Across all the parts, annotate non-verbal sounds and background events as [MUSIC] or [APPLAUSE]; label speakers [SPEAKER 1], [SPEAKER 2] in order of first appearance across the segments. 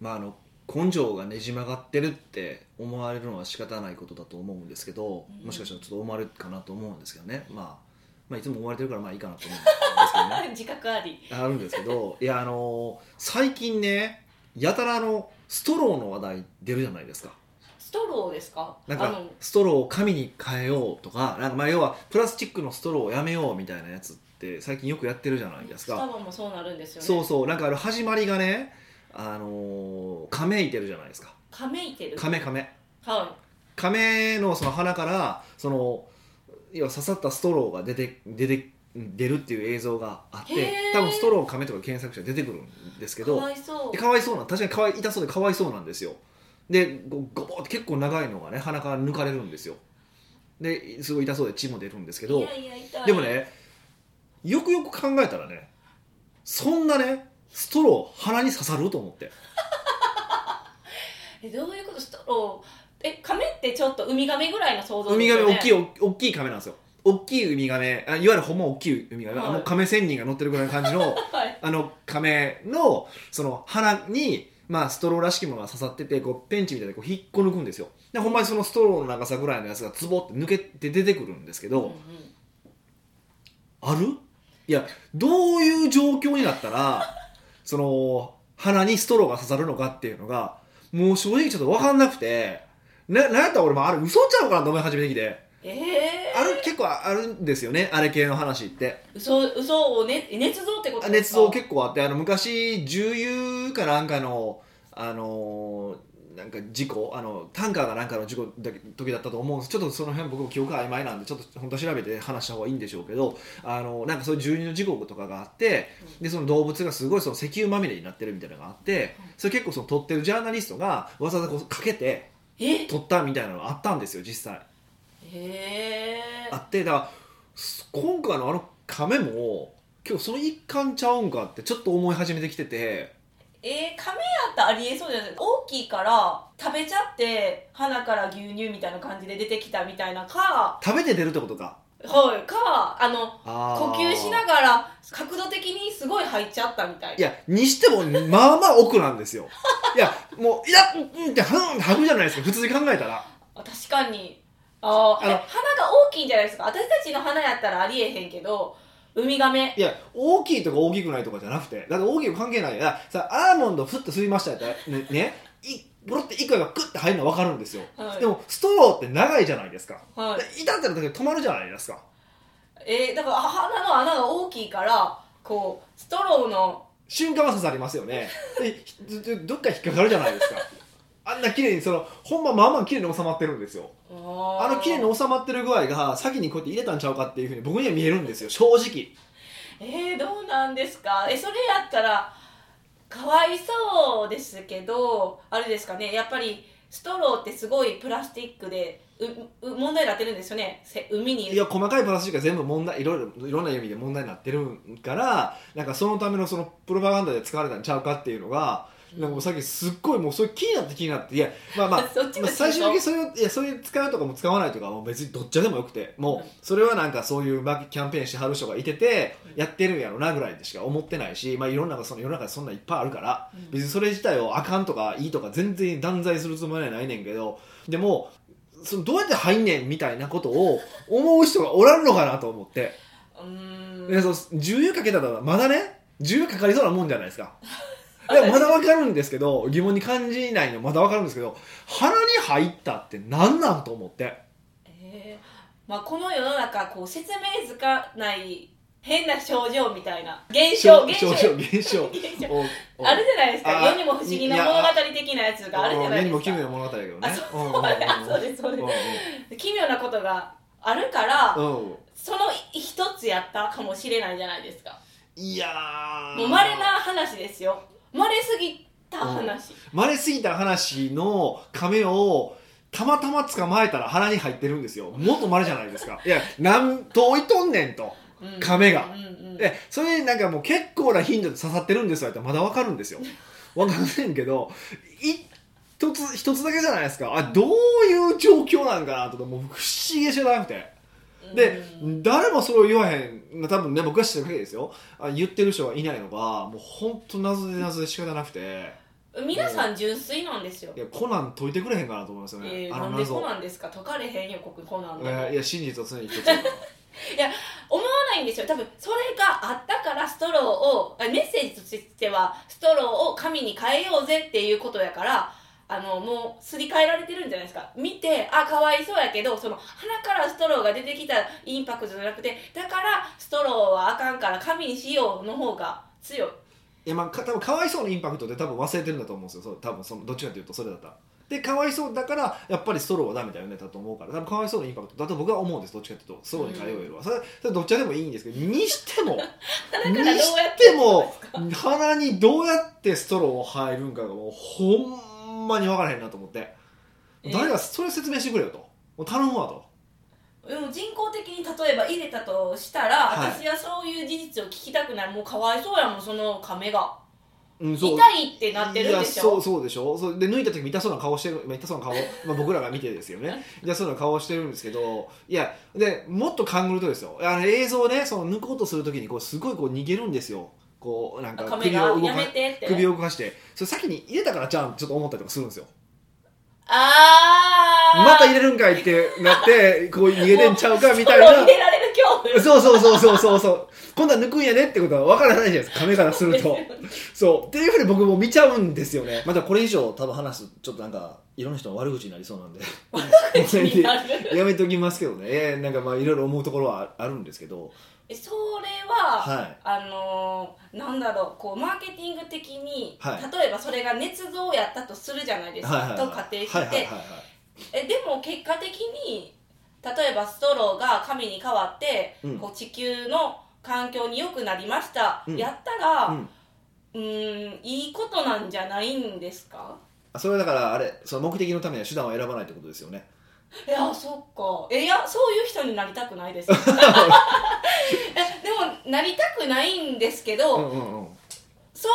[SPEAKER 1] まあ、あの根性がねじ曲がってるって思われるのは仕方ないことだと思うんですけど
[SPEAKER 2] うん
[SPEAKER 1] もしかしたらちょっと思われるかなと思うんですけどね、まあ、まあいつも思われてるからまあいいかなと思うんですけどね
[SPEAKER 2] [LAUGHS] 自覚あり
[SPEAKER 1] あるんですけどいやあの最近ねやたらあのストローの話題出るじゃないですか
[SPEAKER 2] ストローですか
[SPEAKER 1] なん
[SPEAKER 2] あ
[SPEAKER 1] か
[SPEAKER 2] の
[SPEAKER 1] ストローを紙に変えようとかなんかまあ要はプラスチックのストローをやめようみたいなやつって最近よくやってるじゃないです
[SPEAKER 2] ス
[SPEAKER 1] か
[SPEAKER 2] タバもそうなるんですよね
[SPEAKER 1] そうそうなんかあの始まりがねあのー、亀いてるじゃないですか
[SPEAKER 2] かめいてる
[SPEAKER 1] 亀亀
[SPEAKER 2] は
[SPEAKER 1] 亀のその鼻からその要は刺さったストローが出て出て出るっていう映像があっ
[SPEAKER 2] へ
[SPEAKER 1] て
[SPEAKER 2] ー
[SPEAKER 1] 多分ストロー亀とか検索したら出てくるんです
[SPEAKER 2] い
[SPEAKER 1] け
[SPEAKER 2] か
[SPEAKER 1] ど
[SPEAKER 2] わいそう
[SPEAKER 1] でかわいそうな確かにかわい痛そうでかわいそうなんですよでごごぼーって結構長いのがね鼻から抜かれるんですよですごい痛そうで血も出るんですけど
[SPEAKER 2] いやいや痛い
[SPEAKER 1] でもねよくよく考えたらねそんなねストロー鼻に刺さると思って
[SPEAKER 2] えどういうことストローえ亀ってちょっとウミガメぐらいの想像
[SPEAKER 1] ウミガメ大きい
[SPEAKER 2] い
[SPEAKER 1] お大きいカメなんですよ大きいウミガメあいわゆるほんま大きいウミガメ、
[SPEAKER 2] はい
[SPEAKER 1] あのカメ仙人が乗ってるぐらいの感じ
[SPEAKER 2] [LAUGHS]
[SPEAKER 1] の
[SPEAKER 2] はい
[SPEAKER 1] あのカメのその鼻にまあストローらしきものが刺さっててこうペンチみたいでこう引っこ抜くんですよでほんまにそのストローの長さぐらいのやつがズボって抜けて出てくるんですけど、
[SPEAKER 2] うんうん
[SPEAKER 1] あるいやどういう状況になった
[SPEAKER 2] [LAUGHS]
[SPEAKER 1] らその鼻にストローが刺さるのかっていうのがもう正直ちょっと分かんなくてななんやったら俺もあれ嘘ちゃうかなと思い始めてきて
[SPEAKER 2] えー、
[SPEAKER 1] ある結構あるんですよねあれ系の話って
[SPEAKER 2] 嘘嘘をね捏造ってこと
[SPEAKER 1] あ
[SPEAKER 2] で
[SPEAKER 1] 捏
[SPEAKER 2] すか
[SPEAKER 1] 造結構あってあの昔重油かなんかのあのーなんか事故あのタンカーがなんかの事故だ時だったと思うんですちょっとその辺僕も記憶が曖昧なんでちょっと本当は調べて話した方がいいんでしょうけどあのなんかそういう重油の事故とかがあってでその動物がすごいその石油まみれになってるみたいなのがあってそれ結構その撮ってるジャーナリストがわざわざこうかけて
[SPEAKER 2] え
[SPEAKER 1] 撮ったみたいなのがあったんですよ実際。
[SPEAKER 2] えー、
[SPEAKER 1] あってだからす今回のあの亀も今日その一環ちゃうんかってちょっと思い始めてきてて
[SPEAKER 2] えー、亀やったらありえそうじゃないですか大きいから食べちゃって鼻から牛乳みたいな感じで出てきたみたいなか
[SPEAKER 1] 食べて出るってことか
[SPEAKER 2] はいかあの
[SPEAKER 1] あー
[SPEAKER 2] 呼吸しながら角度的にすごい吐いちゃったみたい
[SPEAKER 1] い
[SPEAKER 2] な
[SPEAKER 1] やにしてもまあまあ奥なんですよいやもういやうんうんってはん吐くじゃないですか普通に考えたら
[SPEAKER 2] あ確かにあー
[SPEAKER 1] あの
[SPEAKER 2] え鼻が大きいんじゃないですか私たちの鼻やったらありえへんけどウミガメ
[SPEAKER 1] いや大きいとか大きくないとかじゃなくてだって大きいの関係ないよだからさアーモンドふって吸いましたやったらねねいブロって一回がクッて入るの分かるんですよ、
[SPEAKER 2] はい
[SPEAKER 1] でもストローって長いじゃないですか
[SPEAKER 2] はい
[SPEAKER 1] で痛ってるだけで止まるじゃないですか
[SPEAKER 2] えー、だからあ鼻の穴が大きいからこうストローの
[SPEAKER 1] 瞬間は刺さりますよねでひどどっか引っかかるじゃないですかあんな綺麗にそのほんままあまあ綺麗に収まってるんですよ
[SPEAKER 2] あ
[SPEAKER 1] あの綺麗に収まってる具合が先にこうやって入れたんちゃうかっていうふうに僕には見えるんですよ正直
[SPEAKER 2] えー、どうなんですかえそれやったらかわいそうですけどあれですかねやっぱりストローってすごいプラスチックでうう問題になってるんですよねせ海に
[SPEAKER 1] いや細かいプラスチックが全部問題いろいろいろんな意味で問題になってるからなんかそのためのそのプロパガンダで使われたんちゃうかっていうのがなんかもうさっきすっごいもうそれ気になって気になっていやまあまあ
[SPEAKER 2] [LAUGHS] そっち
[SPEAKER 1] ま
[SPEAKER 2] も
[SPEAKER 1] あ、最終
[SPEAKER 2] 心
[SPEAKER 1] 的に
[SPEAKER 2] 配
[SPEAKER 1] それをいやそれ使うとかも使わないとかはもう別にどっちでもよくて
[SPEAKER 2] う
[SPEAKER 1] も
[SPEAKER 2] ん
[SPEAKER 1] うそれはなんかそういうまあキャンペーンしてはる人がいててやってるんやろなぐらいでしか思ってないし、まあ、いろんなその世の中にそんなんいっぱいあるから
[SPEAKER 2] うん
[SPEAKER 1] 別にそれ自体をあかんとかいいとか全然断罪するつもりはないねんけどでもそのどうやって入んねんみたいなことを思う人がおらんのかなと思って
[SPEAKER 2] うーん
[SPEAKER 1] でその重油かけたらまだね重油かかりそうなもんじゃないですか。いやまだわかるんですけど疑問に感じないのまだわかるんですけど鼻に入ったって何なんと思って
[SPEAKER 2] えーまあ、この世の中こう説明づかない変な症状みたいな現象現象
[SPEAKER 1] 症状現象
[SPEAKER 2] 現象
[SPEAKER 1] おお
[SPEAKER 2] あるじゃないです
[SPEAKER 1] あ
[SPEAKER 2] か世にも不思議ない
[SPEAKER 1] や
[SPEAKER 2] 物語的なやつがあるじゃない
[SPEAKER 1] 世
[SPEAKER 2] で
[SPEAKER 1] にも奇
[SPEAKER 2] す
[SPEAKER 1] 妙
[SPEAKER 2] か
[SPEAKER 1] な物語だけどね
[SPEAKER 2] あそうそうあ [LAUGHS] そうですそうです
[SPEAKER 1] す
[SPEAKER 2] 奇妙なことがあるから、
[SPEAKER 1] うんうん
[SPEAKER 2] その一つやったかもしれないじゃないですか
[SPEAKER 1] いやー
[SPEAKER 2] もう稀な話ですよ稀すぎた話、
[SPEAKER 1] 稀すぎた話の亀をたまたま捕まえたら腹に入ってるんですよもっと稀じゃないですかいや何と置いとんねんと
[SPEAKER 2] うん
[SPEAKER 1] 亀が
[SPEAKER 2] うんうん
[SPEAKER 1] でそれなんかもう結構な頻度で刺さってるんですよってまだわかるんです
[SPEAKER 2] [LAUGHS]
[SPEAKER 1] よわかんないけど一つ一つだけじゃないですかあどういう状況なんかなとかもう不思議でしょなくてで
[SPEAKER 2] うん
[SPEAKER 1] 誰もそれを言わへん多分ね僕が知ってる限りですよあ言ってる人がいないのがもう本当謎で謎で仕方なくて
[SPEAKER 2] 皆さん純粋なんですよ
[SPEAKER 1] いやコナン解いてくれへんかなと思いますよね、
[SPEAKER 2] えー、
[SPEAKER 1] あ
[SPEAKER 2] な
[SPEAKER 1] の
[SPEAKER 2] んで
[SPEAKER 1] 謎
[SPEAKER 2] コナンですか解かれへんよこコナン
[SPEAKER 1] い
[SPEAKER 2] なん
[SPEAKER 1] や
[SPEAKER 2] て
[SPEAKER 1] いや真実は常に一つ
[SPEAKER 2] 思わないんですよ多分それがあったからストローをあメッセージとしてはストローを紙に変えようぜっていうことやからあのもうすり替えられてるんじゃないですか見てあかわいそうやけどその鼻からストローが出てきたインパクトじゃなくてだからストローはあかんから紙にしようの方が強い
[SPEAKER 1] いやまあか多分かわいそうのインパクトで多分忘れてるんだと思うんですよそう多分そのどっちかというとそれだったらでかわいそうだからやっぱりストローはダメだよねだと思うから多分かわいそうのインパクトだと僕は思うんですどっちかというとストローに変えようよりは、それそれどっちでもいいんですけどにしても
[SPEAKER 2] 鼻
[SPEAKER 1] に
[SPEAKER 2] からどうやって
[SPEAKER 1] しても鼻にどうやってストローを入るんかがもうほんまに分からへんなと思って
[SPEAKER 2] えー
[SPEAKER 1] 誰がそれ説明してくれよともう頼むわと
[SPEAKER 2] でも人工的に例えば入れたとしたら、
[SPEAKER 1] はい
[SPEAKER 2] 私はそういう事実を聞きたくないもうかわいそうやもんその亀が
[SPEAKER 1] うん
[SPEAKER 2] 痛
[SPEAKER 1] そう
[SPEAKER 2] いってなってるんでし
[SPEAKER 1] いやそ
[SPEAKER 2] ょ
[SPEAKER 1] うそうでしょそうで抜いた時痛そうな顔してるまあ痛そうな顔、まあ、僕らが見てですよ
[SPEAKER 2] [LAUGHS]
[SPEAKER 1] ね痛そうな顔してるんですけどいやでもっと勘ぐるとですよあの映像ねその抜こうとする時にこうすごいこう逃げるんですよこうなんか
[SPEAKER 2] 亀
[SPEAKER 1] 首
[SPEAKER 2] が
[SPEAKER 1] を動
[SPEAKER 2] や
[SPEAKER 1] か
[SPEAKER 2] めてって
[SPEAKER 1] 首を動かしてそれ先に入れたからじゃんちょっと思ったりとかするんですよ
[SPEAKER 2] あー
[SPEAKER 1] また入れるんかいってなってこう逃げてんちゃうかみたい
[SPEAKER 2] [LAUGHS] もう入
[SPEAKER 1] な
[SPEAKER 2] れられる恐怖
[SPEAKER 1] そうそうそうそうそうそう今度は抜くんやねってことは分からないじゃないですか亀からするとそうっていうふうに僕も見ちゃうんですよねまたこれ以上多分話すとちょっとなんかいろんな人の悪口になりそうなんで
[SPEAKER 2] 口になる
[SPEAKER 1] やめときますけどねえーなんかまあいろいろ思うところはああるんですけど
[SPEAKER 2] [LAUGHS] えそれは、
[SPEAKER 1] はい
[SPEAKER 2] あのーなんだろうこうマーケティング的に、
[SPEAKER 1] はい
[SPEAKER 2] 例えばそれが捏造やったとするじゃないですか、
[SPEAKER 1] はいはいはい
[SPEAKER 2] と仮定して、
[SPEAKER 1] はいはいはいはい
[SPEAKER 2] えでも結果的に例えばストローが紙に変わって、
[SPEAKER 1] うん
[SPEAKER 2] こう地球の環境に良くなりました、
[SPEAKER 1] うん
[SPEAKER 2] やったら
[SPEAKER 1] う
[SPEAKER 2] うんーんいいことなんじゃないんですか
[SPEAKER 1] あそれはだからあれその目的のためには手段を選ばないってことですよね
[SPEAKER 2] いやそっかえいやそういう人になりたくない
[SPEAKER 1] [LAUGHS]
[SPEAKER 2] ですえでもなりたくないんですけど、
[SPEAKER 1] うんうんうん
[SPEAKER 2] そんな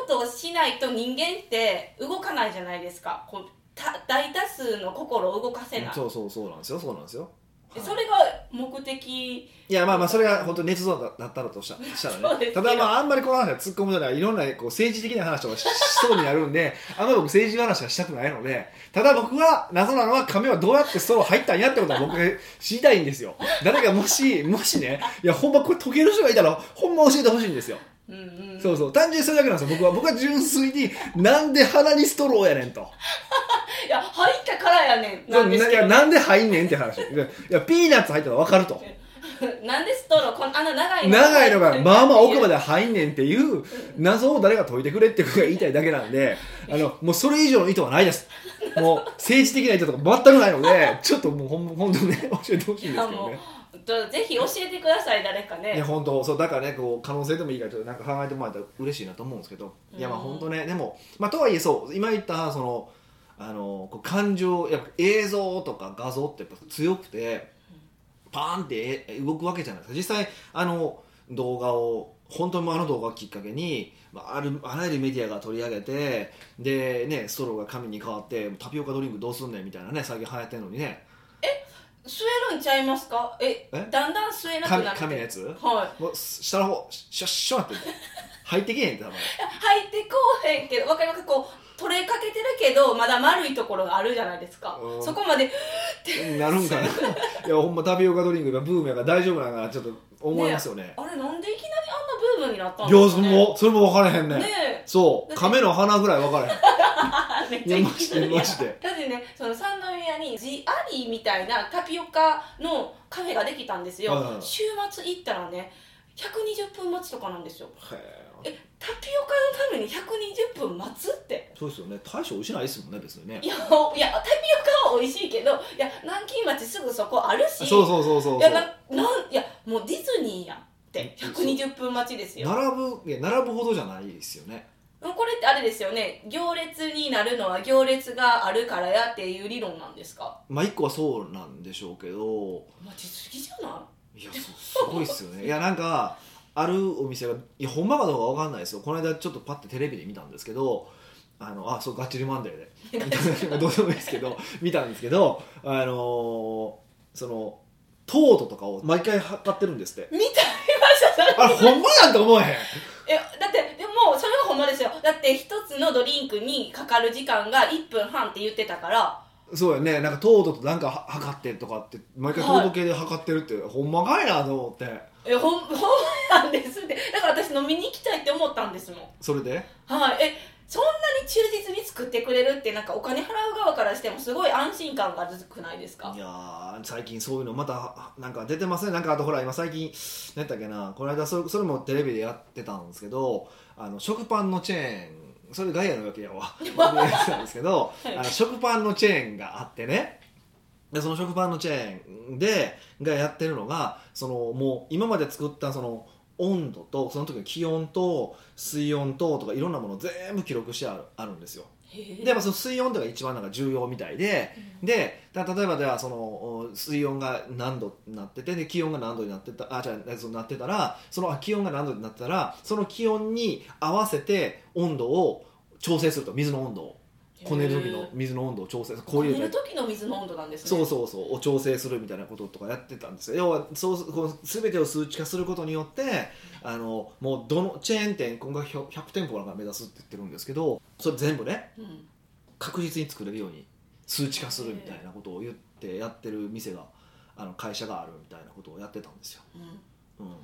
[SPEAKER 2] ことをしないと人間って動かないじゃないですかこうた大多数の心を動かせない
[SPEAKER 1] そうそうそうなんですよそうなんですよ
[SPEAKER 2] え
[SPEAKER 1] はい
[SPEAKER 2] それが目的
[SPEAKER 1] いやまあまあそれは本当に捏造だったらとした
[SPEAKER 2] [LAUGHS]
[SPEAKER 1] した
[SPEAKER 2] そ
[SPEAKER 1] ら
[SPEAKER 2] う
[SPEAKER 1] ね
[SPEAKER 2] ですけど
[SPEAKER 1] ただまああんまりこの話は突っ込むのはいろんなこう政治的な話をししそうになるんであんまり僕政治話はしたくないのでただ僕は謎なのは亀はどうやってストロー入ったんやってことは僕が知りたいんですよ誰かもしもしねいやほんまこれ解ける人がいたらほんま教えてほしいんですよ
[SPEAKER 2] うんうん
[SPEAKER 1] そうそう単純にそれだけなんですよ僕は僕は純粋になんで鼻にストローやねんと
[SPEAKER 2] いや入ったからやねん
[SPEAKER 1] な
[SPEAKER 2] なんんです
[SPEAKER 1] い
[SPEAKER 2] け
[SPEAKER 1] や
[SPEAKER 2] ど
[SPEAKER 1] なんで入んねんって話いやいやピーナッツ入ったら分かると
[SPEAKER 2] [LAUGHS] なんでストローこんあの長いの
[SPEAKER 1] 長いの
[SPEAKER 2] [LAUGHS]
[SPEAKER 1] がまあまあ奥まで入んねんっていう謎を誰が解いてくれって僕が言いたいだけなんであのもうそれ以上の意図はないですもう政治的な意図とか全くないのでちょっともうほん本当ね教えてほしいんで
[SPEAKER 2] い
[SPEAKER 1] す
[SPEAKER 2] や
[SPEAKER 1] けど
[SPEAKER 2] も
[SPEAKER 1] ね
[SPEAKER 2] うとぜひ教えてください誰か
[SPEAKER 1] いや
[SPEAKER 2] ね
[SPEAKER 1] 本当そうだからねこう可能性でもいいからちょっとなんか考えてもらえたら嬉しいなと思うんですけどいやまあ
[SPEAKER 2] うん
[SPEAKER 1] 本当ねでもまあとはいえそう今言ったそのあのこう感情やっぱ映像とか画像ってやっぱ強くてパーンってえ動くわけじゃないですか実際あの動画を本当にあの動画をきっかけにまああるあらゆるメディアが取り上げてでねストローが紙に変わってタピオカドリンクどうすんねんみたいなね最近流行ってるのにね
[SPEAKER 2] 吸えるんちゃいますかえ
[SPEAKER 1] え
[SPEAKER 2] だんだん吸えなく
[SPEAKER 1] 紙
[SPEAKER 2] なって
[SPEAKER 1] 紙のやつ
[SPEAKER 2] はい
[SPEAKER 1] もう下の方シャッシャッって入ってけへんって多分。
[SPEAKER 2] 入ってこうへんけどわかりますこう取れかけてるけどまだ丸いところがあるじゃないですか
[SPEAKER 1] うん
[SPEAKER 2] そこまで
[SPEAKER 1] なるんかないやほんまタピオカドリンクがブームやから大丈夫なんかなちょっと思いますよね
[SPEAKER 2] あれなんでいきなりあんなブームになったん
[SPEAKER 1] いや
[SPEAKER 2] です
[SPEAKER 1] そ
[SPEAKER 2] か
[SPEAKER 1] れ
[SPEAKER 2] ね
[SPEAKER 1] もそれも分からへんね
[SPEAKER 2] ねえ
[SPEAKER 1] そう
[SPEAKER 2] だって
[SPEAKER 1] 亀の鼻ぐらい分からへ
[SPEAKER 2] あめっ
[SPEAKER 1] んい
[SPEAKER 2] ちゃ
[SPEAKER 1] や
[SPEAKER 2] い
[SPEAKER 1] マジで
[SPEAKER 2] い
[SPEAKER 1] マジで
[SPEAKER 2] だってねそのサンドウェアにジアリーみたいなタピオカのカフェができたんですよ、
[SPEAKER 1] はいはい
[SPEAKER 2] 週末行ったらね120分待ちとかなんですよ
[SPEAKER 1] へえ
[SPEAKER 2] えタピオカのために120分待つって
[SPEAKER 1] そうですよね大将美味しないですもんね別にね
[SPEAKER 2] いやいやタピオカは美味しいけどいや南京町すぐそこあるし
[SPEAKER 1] そうそうそうそうそ
[SPEAKER 2] いや
[SPEAKER 1] う
[SPEAKER 2] ななんいやもうディズニーやんって120分待ちですよ
[SPEAKER 1] 並ぶいや並ぶほどじゃないですよね
[SPEAKER 2] これってあれですよね行列になるのは行列があるからやっていう理論なんですか
[SPEAKER 1] まあ一個はそうなんでしょうけど
[SPEAKER 2] 待ちすぎじゃない
[SPEAKER 1] やそうす [LAUGHS] ごいっすよねいやなんかあるお店がいやほんまかどうかわかんないですよこの間ちょっとパッてテレビで見たんですけどあのあそうガッチリマンデーで [LAUGHS]
[SPEAKER 2] い
[SPEAKER 1] どうでもいいですけど見たんですけどあのーその糖度とかを毎回測ってるんですって
[SPEAKER 2] 見ちゃいましたそれ
[SPEAKER 1] あれほんまなんて思えへん
[SPEAKER 2] えだってでもそれはほんまですよだって一つのドリンクにかかる時間が1分半って言ってたから
[SPEAKER 1] そうやねなんか糖度となんかは測ってとかって毎回糖度計で測ってるって、ほんまかいなと思って
[SPEAKER 2] えほんほんまなんですってだから私飲みに行きたいって思ったんですもん
[SPEAKER 1] それで
[SPEAKER 2] はいえそんなに忠実に作ってくれるってなんかお金払う側からしてもすごい安心感が続くないですか
[SPEAKER 1] いやー最近そういうのまたなんか出てますねなんかあとほら今最近何やったっけなこの間それそれもテレビでやってたんですけどあの食パンのチェーンそれガイアのわけや
[SPEAKER 2] [LAUGHS]
[SPEAKER 1] わでやってたんですけど、
[SPEAKER 2] はい
[SPEAKER 1] あの食パンのチェーンがあってねでその食パンのチェーンでがやってるのがそのもう今まで作ったその温度とその時の気温と水温ととかいろんなものを全部記録してあるあるんですよ
[SPEAKER 2] へえ
[SPEAKER 1] で、まあ、その水温とか一番なんか重要みたいで
[SPEAKER 2] うん
[SPEAKER 1] でた例えばではそのお水温が何度になっててで気温が何度になってたあじゃあそうなってたらそのあ気温が何度になってたらその気温に合わせて温度を調整すると水の温度をこねる時の水の温度を調整する
[SPEAKER 2] こ
[SPEAKER 1] 氷を
[SPEAKER 2] ねる時の水の温度なんですね
[SPEAKER 1] そうそうそうを調整するみたいなこととかやってたんですよ要はそうこう全てを数値化することによってあのもうどのチェーン店今後 100, 100店舗なんか目指すって言ってるんですけどそれ全部ね
[SPEAKER 2] うん、
[SPEAKER 1] 確実に作れるように数値化するみたいなことを言ってやってる店があの会社があるみたいなことをやってたんですよ、
[SPEAKER 2] うん
[SPEAKER 1] うん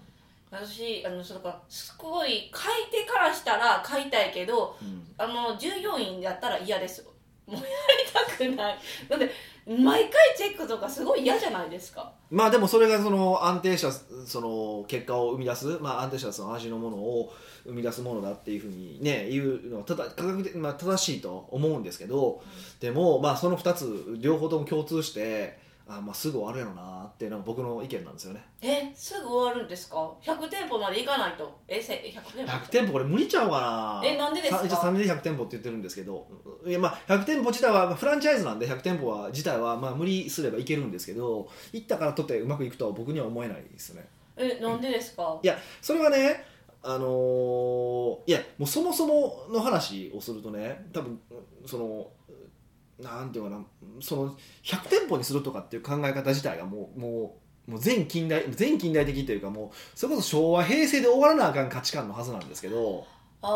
[SPEAKER 2] 私あのそのかすごい書いてからしたら書いたいけど
[SPEAKER 1] うん
[SPEAKER 2] あの従業員だったら嫌ですもうやりたくないだって毎回チェックとかすごい嫌じゃないですか
[SPEAKER 1] まあでもそれがその安定したその結果を生み出す、まあ、安定したその味のものを生み出すものだっていうふうにね言うのはただ科学的、まあ、正しいと思うんですけどでもまあその2つ両方とも共通してあまあすぐ終わるやろなっていうのが僕の意見なんですよね
[SPEAKER 2] えすぐ終わるんですか100店舗まで行かないとえせ100店舗
[SPEAKER 1] 100店舗これ無理ちゃうかな
[SPEAKER 2] えなんでですか
[SPEAKER 1] さ一応3年で100店舗って言ってるんですけどいやまあ100店舗自体はまあフランチャイズなんで100店舗は自体はまあ無理すればいけるんですけど行ったからとってうまくいくとは僕には思えないですね
[SPEAKER 2] えなんでですか
[SPEAKER 1] いやそれはねあのーいやもうそもそもの話をするとね多分そのなんていうかなその100店舗にするとかっていう考え方自体がもうもうもう全近代全近代的というかもうそれこそ昭和平成で終わらなあかん価値観のはずなんですけど。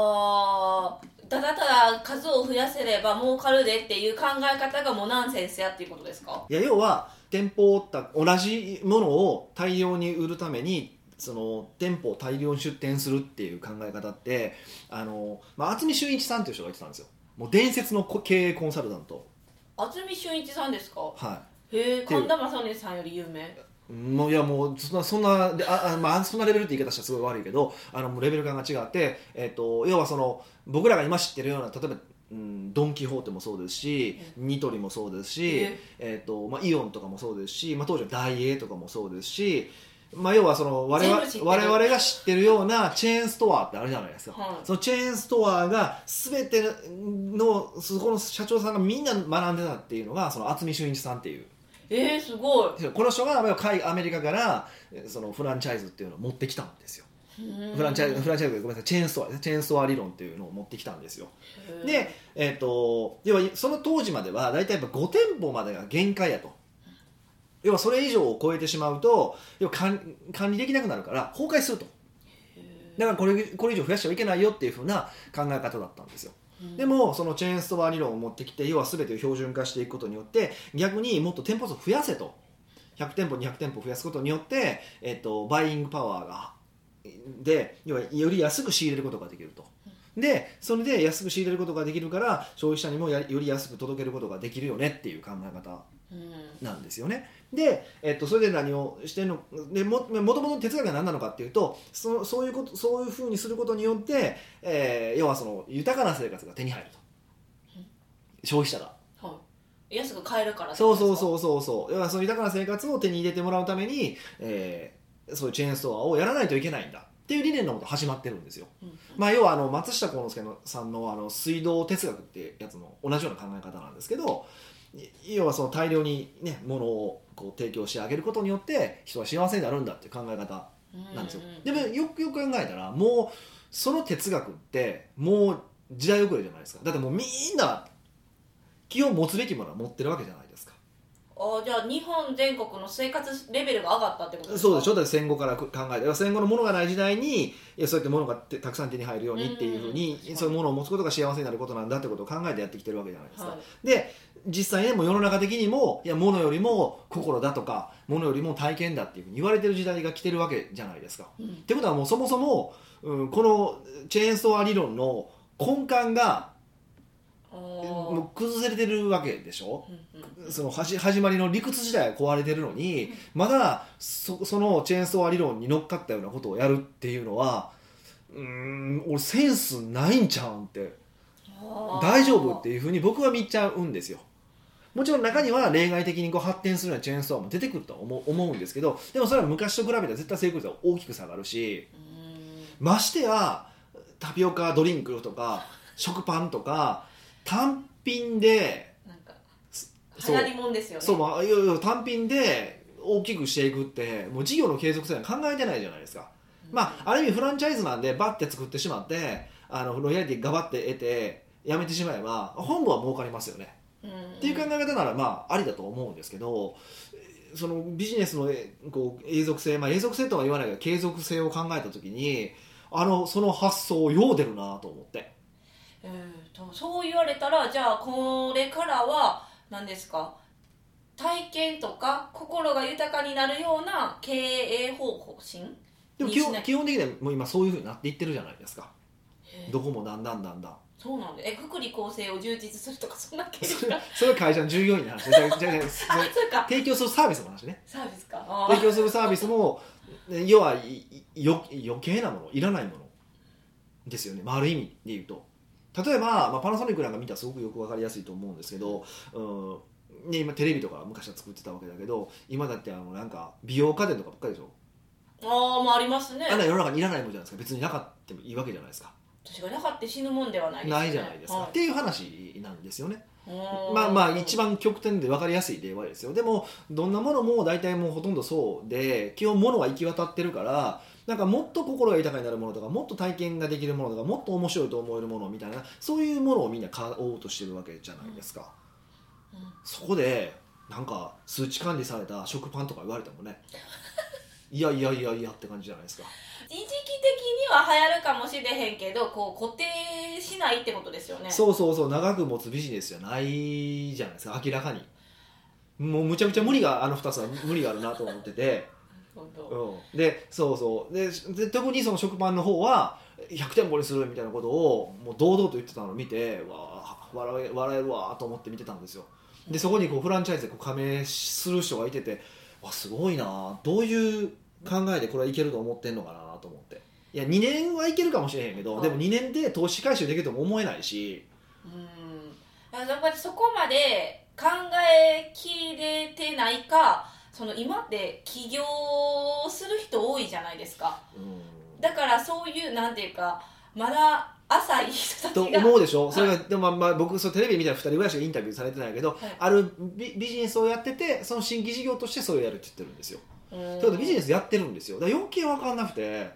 [SPEAKER 2] あーただただ数を増やせれば儲かるでっていう考え方がもうナンセンスやっていうことですか
[SPEAKER 1] いや要は店舗をた同じものを大量に売るためにその店舗を大量に出店するっていう考え方ってあの、まあ、渥美俊一さんという人が言ってたんですよもう伝説のこ経営コンサルタント、
[SPEAKER 2] 渥美俊一さんですか
[SPEAKER 1] は
[SPEAKER 2] へえ神田正則さんより有名
[SPEAKER 1] い、もういやもうそんなそんなでああ、まあ、そんなレベルって言い方したらすごい悪いけどあのもうレベル感が違って、えっと要はその僕らが今知ってるような例えば、うん、ドン・キホーテもそうですしニトリもそうですし、
[SPEAKER 2] え
[SPEAKER 1] えーとまあ、イオンとかもそうですし、まあ、当時のダイエーとかもそうですし、まあ、要はその我々
[SPEAKER 2] 全部知ってる
[SPEAKER 1] 我々が知ってるようなチェーンストアってあるじゃないですか、
[SPEAKER 2] はい
[SPEAKER 1] そのチェーンストアが全てのそこの社長さんがみんな学んでたっていうのがその渥美俊一さんっていう
[SPEAKER 2] えー、すごい
[SPEAKER 1] この人がまあ海アメリカからえーそのフランチャイズっていうのを持ってきたんですよ、フランチャイズフランチャイズごめんなさいチェーンストアですねチェーンストア理論っていうのを持ってきたんですよ
[SPEAKER 2] ズ
[SPEAKER 1] で、えー、と要はその当時までは大体やっぱ5店舗までが限界やと要はそれ以上を超えてしまうと要は管管理できなくなるから崩壊するとだからこれこれ以上増やしてはいけないよっていうふうな考え方だったんですよでもそのチェーンストア理論を持ってきて要は全てを標準化していくことによって逆にもっと店舗数を増やせと100店舗200店舗増やすことによって、えっとバイイングパワーがで要はより安く仕入れることができるとでそれで安く仕入れることができるから消費者にもやより安く届けることができるよねっていう考え方
[SPEAKER 2] うん
[SPEAKER 1] なんですよねで、えっと、それで何をしてんのでももともと哲学が何なのかっていうとそそういうことそういうふうにすることによって、えー要はその豊かな生活が手に入ると消費者が
[SPEAKER 2] はい、安く買えるから
[SPEAKER 1] そうそう
[SPEAKER 2] う
[SPEAKER 1] そうそうそう要はその豊かな生活を手に入れてもらうために、えーそういうチェーンストアをやらないといけないんだっていう理念のもと始まってるんですよ
[SPEAKER 2] うん
[SPEAKER 1] まあ、要はあの松下幸之助のさんのあの水道哲学ってやつの同じような考え方なんですけどい要はその大量に、ね、物をこう提供してあげることによって人は幸せになるんだっていう考え方なんですよ。
[SPEAKER 2] う
[SPEAKER 1] でもよくよく考えたらもうその哲学ってもう時代遅れじゃないですかだってもうみんな基本持つべきものは持ってるわけじゃないですか。
[SPEAKER 2] ああじゃあ日本全国の生活レベルが上がったってことですか
[SPEAKER 1] そうでしょだから戦後から考えて戦後のものがない時代にいやそうやってものがてたくさん手に入るようにっていうふうに、
[SPEAKER 2] うんうん
[SPEAKER 1] そういうものを持つことが幸せになることなんだってことを考えてやってきてるわけじゃないですか、
[SPEAKER 2] はい
[SPEAKER 1] で実際ねもう世の中的にもいや物よりも心だとか物よりも体験だっていうふうに言われてる時代が来てるわけじゃないですか。
[SPEAKER 2] うん
[SPEAKER 1] ってことはもうそもそも、うん、このチェーンソーア理論の根幹が
[SPEAKER 2] あ
[SPEAKER 1] も
[SPEAKER 2] ー
[SPEAKER 1] う崩れてるわけでしょ
[SPEAKER 2] うんうん
[SPEAKER 1] そのはじ始まりの理屈自体が壊れてるのに、
[SPEAKER 2] うん
[SPEAKER 1] まだそそのチェーンソーア理論に乗っかったようなことをやるっていうのはうーん俺センスないんちゃうんって
[SPEAKER 2] あー
[SPEAKER 1] 大丈夫っていうふうに僕は見ちゃうんですよもちろん中には例外的にこう発展するようなチェーンソーも出てくるとは思う思うんですけどでもそれは昔と比べたら絶対成功率は大きく下がるし
[SPEAKER 2] うーん
[SPEAKER 1] ましてやタピオカドリンクとか食パンとか単品で
[SPEAKER 2] なんか
[SPEAKER 1] そう
[SPEAKER 2] 流行りもんですよね
[SPEAKER 1] そうまあいやいや単品で大きくしていくってもう事業の継続性は考えてないじゃないですか、まあある意味フランチャイズなんでバッて作ってしまってあのロイヤリティガバッて得てやめてしまえば本部は儲かりますよね
[SPEAKER 2] っ
[SPEAKER 1] っていう考え方ならまあありだと思うんですけどえーそのビジネスのえーこう永続性、まあ、永続性とは言わないけど継続性を考えた時にあのその発想よう出るなと思って
[SPEAKER 2] えーとそう言われたらじゃあこれからは何ですか体験とか心が豊かになるような経営方法針
[SPEAKER 1] でも基
[SPEAKER 2] いいです
[SPEAKER 1] 本
[SPEAKER 2] ね
[SPEAKER 1] 基本的にはもう今そういうふうになっていってるじゃないですか
[SPEAKER 2] へー
[SPEAKER 1] どこもだんだんだんだん
[SPEAKER 2] そうなんでえ福利厚生を充実するとかそんな経営
[SPEAKER 1] そ
[SPEAKER 2] か
[SPEAKER 1] れそれは会社の従業員の話じゃあじゃあじゃあそ
[SPEAKER 2] あ
[SPEAKER 1] れ
[SPEAKER 2] そうか
[SPEAKER 1] 提供するサービスの話ね
[SPEAKER 2] サービスかあー
[SPEAKER 1] 提供するサービスもね要はいいよ余計なものいらないものですよね、まあ、ある意味で言うと例えば、まあ、パナソニックなんか見たらすごくよく分かりやすいと思うんですけど、うんね、今テレビとか昔は作ってたわけだけど今だってあのなんか美容家電とかばっかりでしょ
[SPEAKER 2] あーまあありますね
[SPEAKER 1] あんな世の中にいらないもんじゃないですか別になかったもいいわけじゃないですか
[SPEAKER 2] 私がなかって死ぬもんではないですね
[SPEAKER 1] ないじゃないですか、
[SPEAKER 2] は
[SPEAKER 1] っていう話なんですよね
[SPEAKER 2] い
[SPEAKER 1] まあまあ
[SPEAKER 2] うん
[SPEAKER 1] 一番極端で分かりやすい例はですよでもどんなものも大体もうほとんどそうで基本物は行き渡ってるからなんかもっと心が豊かになるものとかもっと体験ができるものとかもっと面白いと思えるものみたいなそういうものをみんな買おうとしてるわけじゃないですか、
[SPEAKER 2] うん
[SPEAKER 1] そこでなんか数値管理された食パンとか言われてもねいやいやいやいやって感じじゃないですか
[SPEAKER 2] 一時期的には流行るかもしれへんけどこう固定しないってことですよね
[SPEAKER 1] そうそうそう長く持つビジネスじゃないじゃないですか明らかにもうむちゃくちゃ無理があの2つは無理があるなと思ってて
[SPEAKER 2] なるほど
[SPEAKER 1] うん、で [LAUGHS] そうそうでで特にその食パンの方は100点超えにするみたいなことをもう堂々と言ってたのを見てわあ笑え笑えるわと思って見てたんですよでそこにこうフランチャイズでこう加盟する人がいててわすごいなどういう考えでこれはいけると思ってんのかなと思っていや2年はいけるかもしれへんけどでも2年で投資回収できるとも思えないし
[SPEAKER 2] うんだからやっぱりそこまで考えきれてないかその今って起業する人多いじゃないですか
[SPEAKER 1] うん
[SPEAKER 2] だからそういうなんていうかまだ浅い人た
[SPEAKER 1] と
[SPEAKER 2] ちが
[SPEAKER 1] 思うでしょそれがでもまあまあ僕そうテレビ見たら2人ぐらいしかインタビューされてないけど、
[SPEAKER 2] はい
[SPEAKER 1] あるビビジネスをやっててその新規事業としてそれをやるって言ってるんですよ
[SPEAKER 2] うん
[SPEAKER 1] ただビジネスやってるんですよだから余計分かんなくて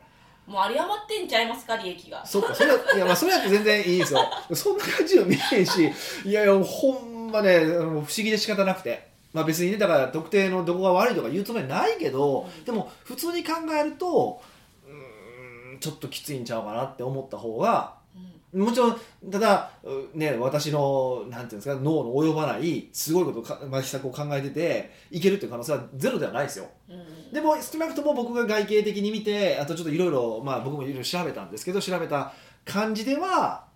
[SPEAKER 2] もう有り余ってんちゃいますか利益が
[SPEAKER 1] そっかそれいやまあそれやって全然いいですよそんな感じは見えへんしいやいやもうほんまねあの不思議で仕方なくて。まあ別にねだから特定のどこが悪いとか言うつもりはないけど、
[SPEAKER 2] うん
[SPEAKER 1] でも普通に考えるとうーんちょっときついんちゃうかなって思った方が
[SPEAKER 2] うん
[SPEAKER 1] もちろんただ、うね、私のなんていうんですか脳の及ばないすごいことをか、まあ、秘策を考えてていけるっていう可能性はゼロではないですよ
[SPEAKER 2] うん
[SPEAKER 1] でも少なくとも僕が外形的に見てあとちょっといろいろ僕もいろいろ調べたんですけど調べた感じでは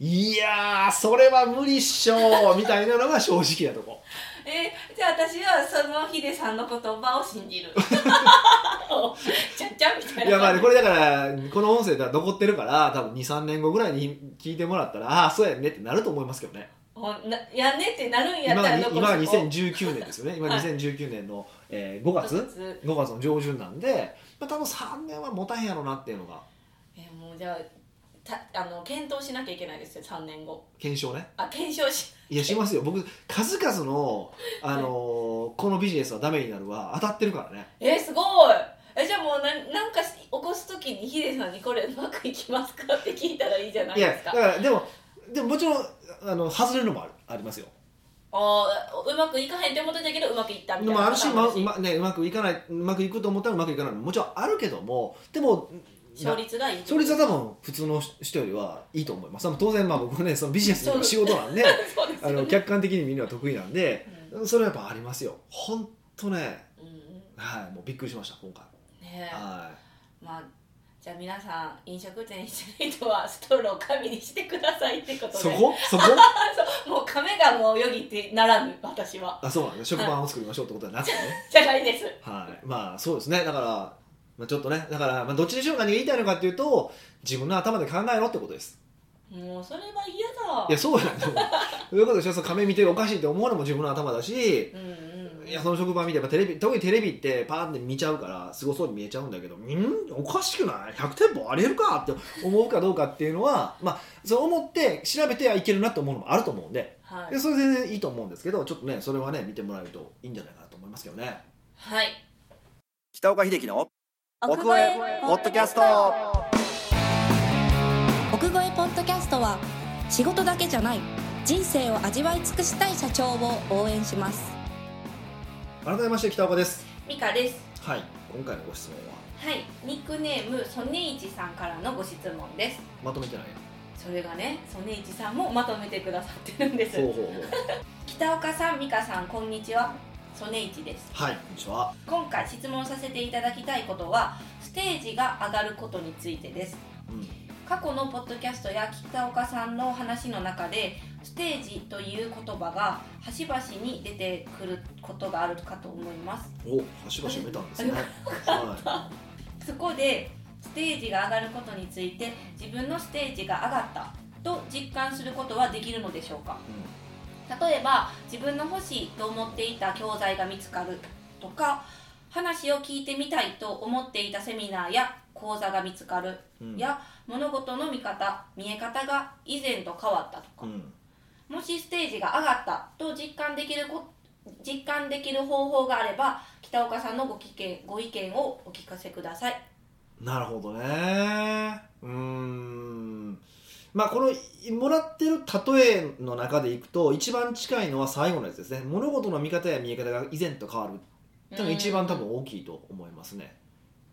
[SPEAKER 1] いやーそれは無理っしょみたいなのが正直なとこ
[SPEAKER 2] えじゃあ私はそのヒデさんの言葉を
[SPEAKER 1] [LAUGHS]
[SPEAKER 2] 信じるちゃっちゃみたいない
[SPEAKER 1] やまあねこれだからこの音声では残ってるから多分23年後ぐらいに聞いてもらったらああーそうやねってなると思いますけどね
[SPEAKER 2] もうなやんねってなるん [LAUGHS] やっ
[SPEAKER 1] 今
[SPEAKER 2] た
[SPEAKER 1] が
[SPEAKER 2] ら
[SPEAKER 1] に
[SPEAKER 2] 残
[SPEAKER 1] 今が
[SPEAKER 2] すとこ
[SPEAKER 1] 2019年ですよね今
[SPEAKER 2] はい
[SPEAKER 1] 2019年の、えー5月
[SPEAKER 2] 五月
[SPEAKER 1] 5月の上旬なんで、まあ、多分3年は持たへんやろなっていうのが
[SPEAKER 2] えもうじゃあたあの検討しなきゃいけないですよ3年後
[SPEAKER 1] 検証ね
[SPEAKER 2] あ検証し
[SPEAKER 1] いやしますよ僕数々の、あのーこのビジネスはダメになるは当たってるからね
[SPEAKER 2] えすごいえじゃあもうななんかし起こす時にヒデさんにこれうまくいきますかって聞いたらいいじゃない
[SPEAKER 1] い
[SPEAKER 2] で
[SPEAKER 1] や
[SPEAKER 2] す
[SPEAKER 1] だ
[SPEAKER 2] か
[SPEAKER 1] からでもでももちろんあの外れるのもあるありますよ
[SPEAKER 2] あーうまくいかへんって思ってたけどうまくいったみたいな
[SPEAKER 1] まあ、あるし、まう
[SPEAKER 2] ま
[SPEAKER 1] まね、うまくいかないうまくいくと思ったらうまくいかないもちろんあるけどもでも
[SPEAKER 2] 勝率がいい
[SPEAKER 1] それは多分普通の人よりはいいと思いますあの当然まあ僕はねそのビジネスの仕事なんで
[SPEAKER 2] そうです
[SPEAKER 1] あ
[SPEAKER 2] よね
[SPEAKER 1] の客観的に見るのは得意なんでそれはやっぱありますよ本当ね
[SPEAKER 2] うんうん
[SPEAKER 1] はいもうびっくりしました今回
[SPEAKER 2] ねえ
[SPEAKER 1] は
[SPEAKER 2] まあじゃあ皆さん飲食店してる人はストローを紙にしてくださいってこ
[SPEAKER 1] い
[SPEAKER 2] とで
[SPEAKER 1] そこ
[SPEAKER 2] [LAUGHS]
[SPEAKER 1] そこ
[SPEAKER 2] もう亀がもうよぎってならぬ私は
[SPEAKER 1] あそうなんだ食パンを作りましょうってことはなくてね
[SPEAKER 2] [LAUGHS] じゃないです
[SPEAKER 1] はいまあそうですねだから、まあ、ちょっとねだから、まあ、どっちにしろ何が言いたいのかっていうと自分の頭で考えろってことです
[SPEAKER 2] もうそれは嫌だ
[SPEAKER 1] いやそうやんでもそういうことでしょその亀見ておかしいって思うのも自分の頭だし
[SPEAKER 2] うんうん
[SPEAKER 1] いやその職場見てやっぱテレビ特にテレビってパーンって見ちゃうからすごそうに見えちゃうんだけどんおかしくない100店舗ありえるかって思うかどうかっていうのは、まあ、そう思って調べてはいけるなって思うのもあると思うんで
[SPEAKER 2] はい
[SPEAKER 1] でそれ全然いいと思うんですけどちょっとねそれはね見てもらえるといいんじゃないかなと思いますけどね
[SPEAKER 2] はい
[SPEAKER 1] 北岡秀樹の
[SPEAKER 3] 奥越えポッドキャスト
[SPEAKER 4] 奥越えポッドキャストは仕事だけじゃない人生を味わい尽くしたい社長を応援します
[SPEAKER 1] 改めまして北岡です
[SPEAKER 2] ミカです
[SPEAKER 1] はい今回のご質問は
[SPEAKER 2] はいニックネームソネイチさんからのご質問です
[SPEAKER 1] まとめてない
[SPEAKER 2] それがねソネイチさんもまとめてくださってるんです
[SPEAKER 1] ほうほうほう
[SPEAKER 2] 北岡さん美香さんこんにちはソネイチです
[SPEAKER 1] はいこんにちは
[SPEAKER 2] 今回質問させていただきたいことはステージが上がることについてです
[SPEAKER 1] うん
[SPEAKER 2] 過去のポッドキャストや北岡さんの話の中でステージという言葉が端々に出てくることがあるかと思います
[SPEAKER 1] お端々見たんですねは
[SPEAKER 2] そこでステージが上がることについて自分のステージが上がったと実感することはできるのでしょうか
[SPEAKER 1] い、うん
[SPEAKER 2] 例えば自分の欲しいと思っていた教材が見つかるとか話を聞いてみたいと思っていたセミナーや講座が見つかる、
[SPEAKER 1] うん
[SPEAKER 2] や物事の見方見え方が以前と変わったと
[SPEAKER 1] う
[SPEAKER 2] か、
[SPEAKER 1] ん
[SPEAKER 2] もしステージが上がったと実感できるこ実感できる方法があれば北岡さんのご意見ご意見をお聞かせください。
[SPEAKER 1] なるほどねうーんまあこのもらってる例えの中でいくと一番近いのは最後のやつですね物事の見方や見え方が以前と変わるっていうのが一番多分大きいと思いますね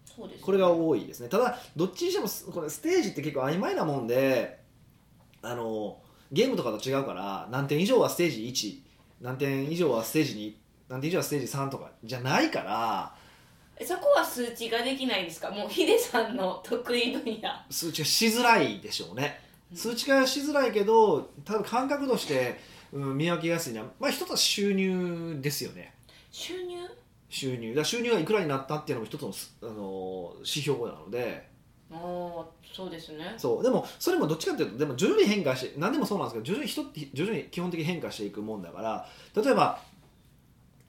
[SPEAKER 2] そうですね
[SPEAKER 1] これが多いですねただどっちにしてもすこれステージって結構曖昧なもんであのゲームとかと違うから何点以上はステージ1何点以上はステージ2何点以上はステージ3とかじゃないから
[SPEAKER 2] そこは数値ができないですかもうヒデさんの得意分野。
[SPEAKER 1] 数値化しづらいでしょうね
[SPEAKER 2] うん
[SPEAKER 1] 数値化しづらいけど多分感覚として、うん、見分けやすいのは、まあ、一つは収入ですよね
[SPEAKER 2] 収入
[SPEAKER 1] 収入だから収入がいくらになったっていうのも一つのす、あのー指標なので
[SPEAKER 2] ああそうですね
[SPEAKER 1] そうでもそれもどっちかっていうとでも徐々に変化して何でもそうなんですけど徐々に人って徐々に基本的に変化していくもんだから例えば、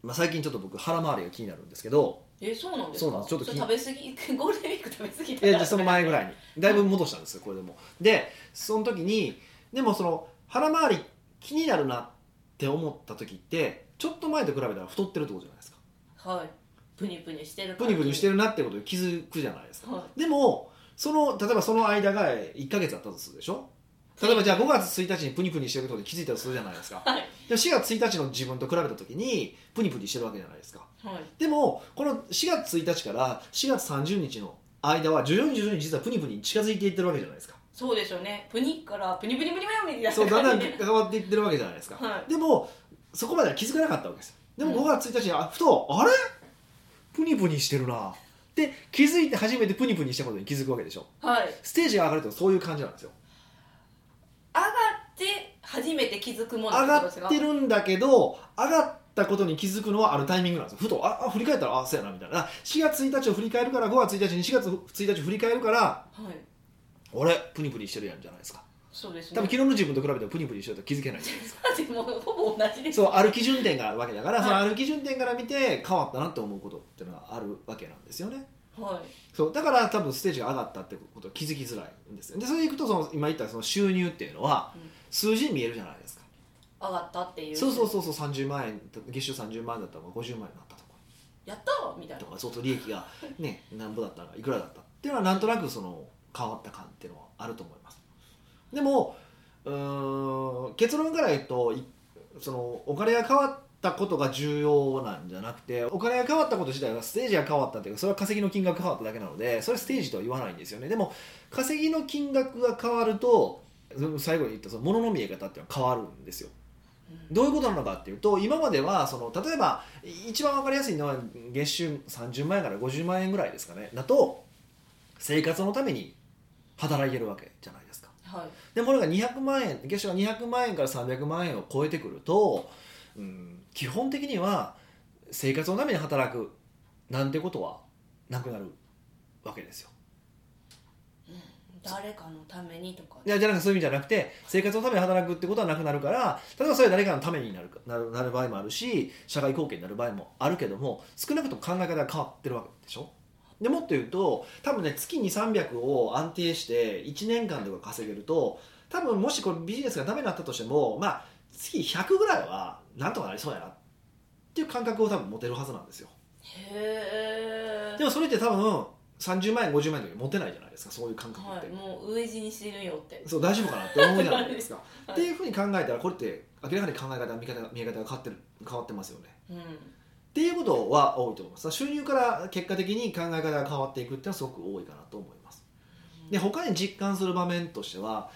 [SPEAKER 1] まあ、最近ちょっと僕腹回りが気になるんですけど
[SPEAKER 2] えそうなんです
[SPEAKER 1] そ
[SPEAKER 2] か
[SPEAKER 1] うなんですちょっと
[SPEAKER 2] そ
[SPEAKER 1] 気
[SPEAKER 2] れ
[SPEAKER 1] に
[SPEAKER 2] 食べ過ぎ [LAUGHS] ゴールデンウィーク食べ過ぎた
[SPEAKER 1] えでその前ぐら
[SPEAKER 2] い
[SPEAKER 1] いにだいぶ戻したんですよこれでもでその時にでもその腹回り気になるなって思った時ってちょっと前と比べたら太ってるってことじゃないですか
[SPEAKER 2] はいプニプニしてる
[SPEAKER 1] プニプニして
[SPEAKER 2] る
[SPEAKER 1] るなってことに気づくじゃないですか
[SPEAKER 2] は
[SPEAKER 1] でもその例えばその間が1ヶ月あったとするでしょ例えばじゃあ5月1日にプニプニしてることに気づいたとするじゃないですか
[SPEAKER 2] いはい
[SPEAKER 1] で4月1日の自分と比べた時にプニプニしてるわけじゃないですか
[SPEAKER 2] はい
[SPEAKER 1] でもこの4月1日から4月30日の間は徐々に徐々に実はプニプニに近づいていってるわけじゃないですか
[SPEAKER 2] そうですよねプニからプニプニプニプニプニ
[SPEAKER 1] そうだんだん
[SPEAKER 2] ね
[SPEAKER 1] 変わっていってるわけじゃないですか、
[SPEAKER 2] [LAUGHS] はい
[SPEAKER 1] でもそこまでは気づかなかったわけですよで
[SPEAKER 2] うん
[SPEAKER 1] も5月1日にあふとあれプニプニしてるなって気づいて初めてプニプニしたことに気づくわけでしょ
[SPEAKER 2] はい上が
[SPEAKER 1] ステージが上がるとそういう感じなんですよ
[SPEAKER 2] って初めて気づくもの
[SPEAKER 1] 上が
[SPEAKER 2] です
[SPEAKER 1] ってるんだけど上がったことに気づくのはあるタイミングなんですよふとああ振り返ったらあそうやなみたいな4月1日を振り返るから5月1日に4月1日を振り返るから
[SPEAKER 2] はい
[SPEAKER 1] あれプニプニしてるやんじゃないですか
[SPEAKER 2] そうですね
[SPEAKER 1] 多分昨日の自分と比べてもプニプニしてると気づけないじゃないですか
[SPEAKER 2] だ [LAUGHS] ってもうほぼ同じです
[SPEAKER 1] そうある基準点があるわけだから、
[SPEAKER 2] はい
[SPEAKER 1] そのある基準点から見て変わったなって思うことっていうのはあるわけなんですよね
[SPEAKER 2] は
[SPEAKER 1] そうだから多分ステージが上がったってことは気づきづらいんですよでそれでいくとその今言ったその収入っていうのは
[SPEAKER 2] うん
[SPEAKER 1] 数字に見えるじゃないですか、
[SPEAKER 2] い上がったっていう
[SPEAKER 1] そうそうそうそう30万円月収30万円だったのが50万円になったとか
[SPEAKER 2] やったーみたいな
[SPEAKER 1] とかそうそう利益がねなんぼだったのがいくらだったっていうのはなんとなくその変わった感っていうのはあると思いますでもうーん結論から言うといそのお金が変わったことが重要なんじゃなくてお金が変わったこと自体はステージが変わったというかそれは稼ぎの金額が変わっただけなのでそれはステージとは言わないんですよねでも稼ぎの金額が変わるとその最後に言ったその物の見え方っていうのは変わるんですよどういうことなのかっていうと今まではその例えば一番わかりやすいのは月収30万円から50万円ぐらいですかねだと生活のために働いてるわけじゃないですか
[SPEAKER 2] はい
[SPEAKER 1] でもこれが200万円月収が200万円から300万円を超えてくると、うん、基本的には生活のために働くなんてことはなくなるわけですよ
[SPEAKER 2] 誰かのためにとか
[SPEAKER 1] いやじゃなくてそういう意味じゃなくて生活のために働くってことはなくなるから例えばそれは誰かのためになるかなるなる場合もあるし社会貢献になる場合もあるけども少なくとも考え方が変わってるわけでしょでもっと言うと多分ね月に300を安定して1年間では稼げると多分もしこれビジネスがダメになったとしてもまあ月100ぐらいはなんとかなりそうやなっていう感覚を多分持てるはずなんですよ
[SPEAKER 2] へえ
[SPEAKER 1] でもそれって多分30万円50万円の時持てないじゃないですかそういう感覚っ
[SPEAKER 2] は
[SPEAKER 1] て
[SPEAKER 2] い、もう飢え死にしてるよって
[SPEAKER 1] そう大丈夫かなって思うじゃないですか、
[SPEAKER 2] い
[SPEAKER 1] っていうふうに考えたらこれって明らかに考え方見方が見え方が変わってる変わってますよね
[SPEAKER 2] うん
[SPEAKER 1] っていうことは多いと思います収入から結果的に考え方が変わっていくっていうのはすごく多いかなと思いますで他に実感する場面としては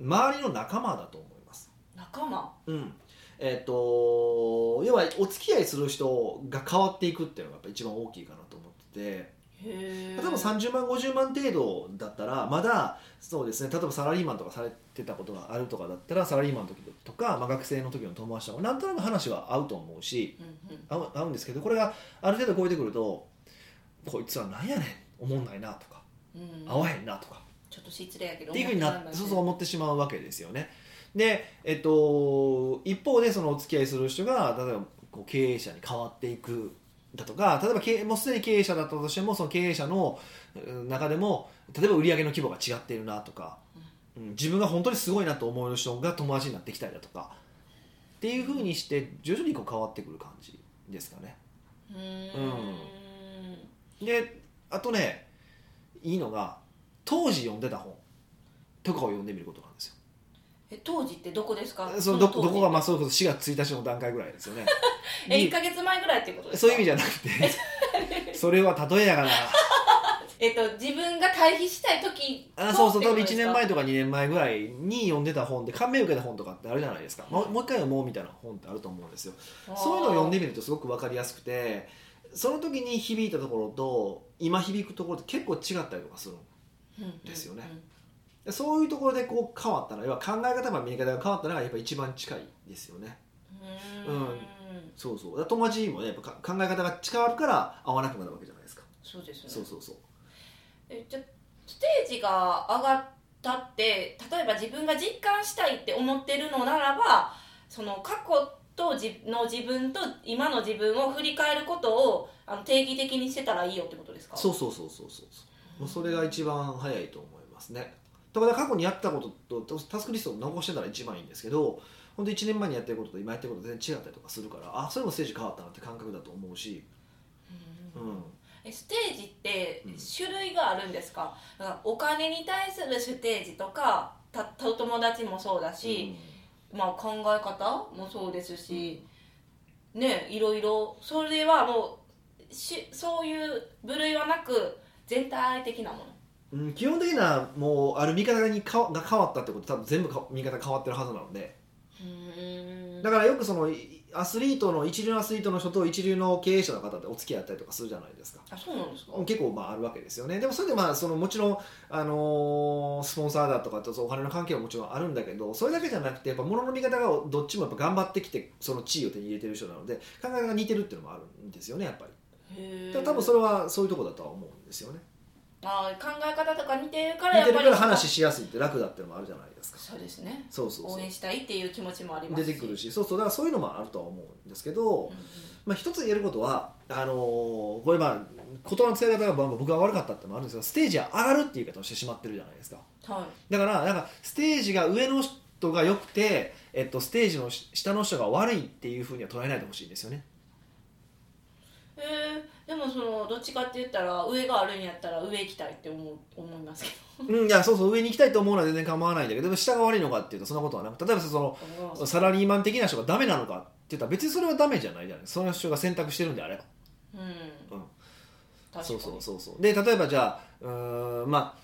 [SPEAKER 1] 周りの仲間だと思います
[SPEAKER 2] 仲間
[SPEAKER 1] うんえっ、と要はお付き合いする人が変わっていくっていうのがやっぱ一番大きいかなと思ってて
[SPEAKER 2] へえ
[SPEAKER 1] 例えば30万50万程度だったらまだそうですね例えばサラリーマンとかされてたことがあるとかだったらサラリーマンの時とか、まあ、学生の時の友達とかなんとなく話は合うと思うし
[SPEAKER 2] うんうん
[SPEAKER 1] 合う合うんですけどこれがある程度超えてくるとこいつはなんやねんおもんないなとか
[SPEAKER 2] うん
[SPEAKER 1] 合わへんなとか
[SPEAKER 2] ちょっと失礼やけど
[SPEAKER 1] っていうふうにな
[SPEAKER 2] 思
[SPEAKER 1] っ
[SPEAKER 2] ってて
[SPEAKER 1] そうそう思ってしまうわけですよね。で、えっと、一方でそのお付き合いする人が例えばこう経営者に変わっていくだとか例えば経営もうすでに経営者だったとしてもその経営者のうん中でも例えば売上の規模が違っているなとか、うん自分が本当にすごいなと思う人が友達になってきたりだとかっていうふうにして徐々にこう変わってくる感じですかね。
[SPEAKER 2] うー
[SPEAKER 1] うんであとねいいのが当時読んでた本とかを読んでみることなんですよ
[SPEAKER 2] え当時ってどこですか
[SPEAKER 1] そのど
[SPEAKER 2] 当
[SPEAKER 1] ど
[SPEAKER 2] 時
[SPEAKER 1] こがまあそういうこと4月1日の段階ぐらいです [LAUGHS] よね
[SPEAKER 2] え
[SPEAKER 1] に
[SPEAKER 2] 1か月前ぐらいってことですか
[SPEAKER 1] そういう意味じゃなく [LAUGHS] てそれは例えやがな
[SPEAKER 2] えっと自分が退避したい時
[SPEAKER 1] あそうそう多分1年前
[SPEAKER 2] と
[SPEAKER 1] とか2年前ぐらいに読んでた本で感銘受けた本とかってあるじゃないですかもうもう一回読もうみたいな本ってあると思うんですよそういうのを読んでみるとすごく分かりやすくてその時に響いたところと今響くところって結構違ったりとかするの
[SPEAKER 2] みる
[SPEAKER 1] ですよねでそういうところでこう変わったの要は考え方も見え方が変わったのがやっぱ一番近いですよね
[SPEAKER 2] う
[SPEAKER 1] うん
[SPEAKER 2] ん
[SPEAKER 1] そうそうだから友達にもねやっぱか考え方が違うから合わなくなるわけじゃないですか、
[SPEAKER 2] そうですね
[SPEAKER 1] そうそうそう
[SPEAKER 2] えじゃステージが上がったって例えば自分が実感したいって思ってるのならばその過去とじの自分と今の自分を振り返ることをあの定義的にしてたらいいよってことですか
[SPEAKER 1] そうそうそうそうそうそうもうそれが一番早いと思いますねだから過去にやったこととタスクリストを残してたら一番いいんですけど本当1年前にやってることと今やってること全然違ったりとかするからあそれもステージ変わったなって感覚だと思うし、
[SPEAKER 2] うん
[SPEAKER 1] うん、
[SPEAKER 2] えステージって
[SPEAKER 1] うん
[SPEAKER 2] 種類があるんですか,、お金に対するステージとかたたお友達もそうだし、まあ、考え方もそうですし、ねいろいろそれはもうしそういう部類はなく全体的なもの
[SPEAKER 1] うん、基本的なもうある見方にかわが変わったってこと多分全部か見方変わってるはずなので
[SPEAKER 2] うん
[SPEAKER 1] だからよくそのいアスリートの一流のアスリートの人と一流の経営者の方ってお付き合いあったりとかするじゃないですか
[SPEAKER 2] あそうなんですか
[SPEAKER 1] 結構まああるわけですよねでもそれでまあそのもちろん、あのースポンサーだとかとお金の関係はもちろんあるんだけどそれだけじゃなくてやっぱ物の見方がどっちもやっぱ頑張ってきてその地位を手に入れてる人なので考え方が似てるっていうのもあるんですよねやっぱり
[SPEAKER 2] へ
[SPEAKER 1] だ
[SPEAKER 2] ー
[SPEAKER 1] から多分それはそういうとこだとは思うんですよね
[SPEAKER 2] あー考え方とか似てるから
[SPEAKER 1] 似
[SPEAKER 2] や
[SPEAKER 1] て
[SPEAKER 2] っ
[SPEAKER 1] る
[SPEAKER 2] ぱ
[SPEAKER 1] か
[SPEAKER 2] り
[SPEAKER 1] ら話しやすいって楽だっていうのもあるじゃないですか
[SPEAKER 2] そうですね
[SPEAKER 1] そうそうそ
[SPEAKER 2] 応
[SPEAKER 1] う
[SPEAKER 2] 援したいっていう気持ちもあります
[SPEAKER 1] 出てくるしそうそうだからそういうのもあるとは思うんですけど、
[SPEAKER 2] うんうん
[SPEAKER 1] まあ、一つ言えることはあのーこれまあ言葉の使い方がまあ僕は悪かったってのもあるんですがステージが上がるっていう言い方をしてしまってるじゃないですか
[SPEAKER 2] はい
[SPEAKER 1] だからなんかステージが上の人が良くて、えっと、ステージの下の人が悪いっていうふうには捉えないでほしいんですよね
[SPEAKER 2] えーでもそのどっちかって言ったら上があるんやったら上行きたいって思う思いますけ
[SPEAKER 1] うん、いやそうそう上に行きたいと思うのは全然構わないんだけどでも下が悪いのかっていうとそんなことはなく例えばその
[SPEAKER 2] ど思います
[SPEAKER 1] サラリーマン的な人がダメなのかって言ったら別にそれはダメじゃないじゃないその人が選択してるんであれば
[SPEAKER 2] うん、
[SPEAKER 1] うん
[SPEAKER 2] 確かに
[SPEAKER 1] そうそうそうそうで例えばじゃあうーんま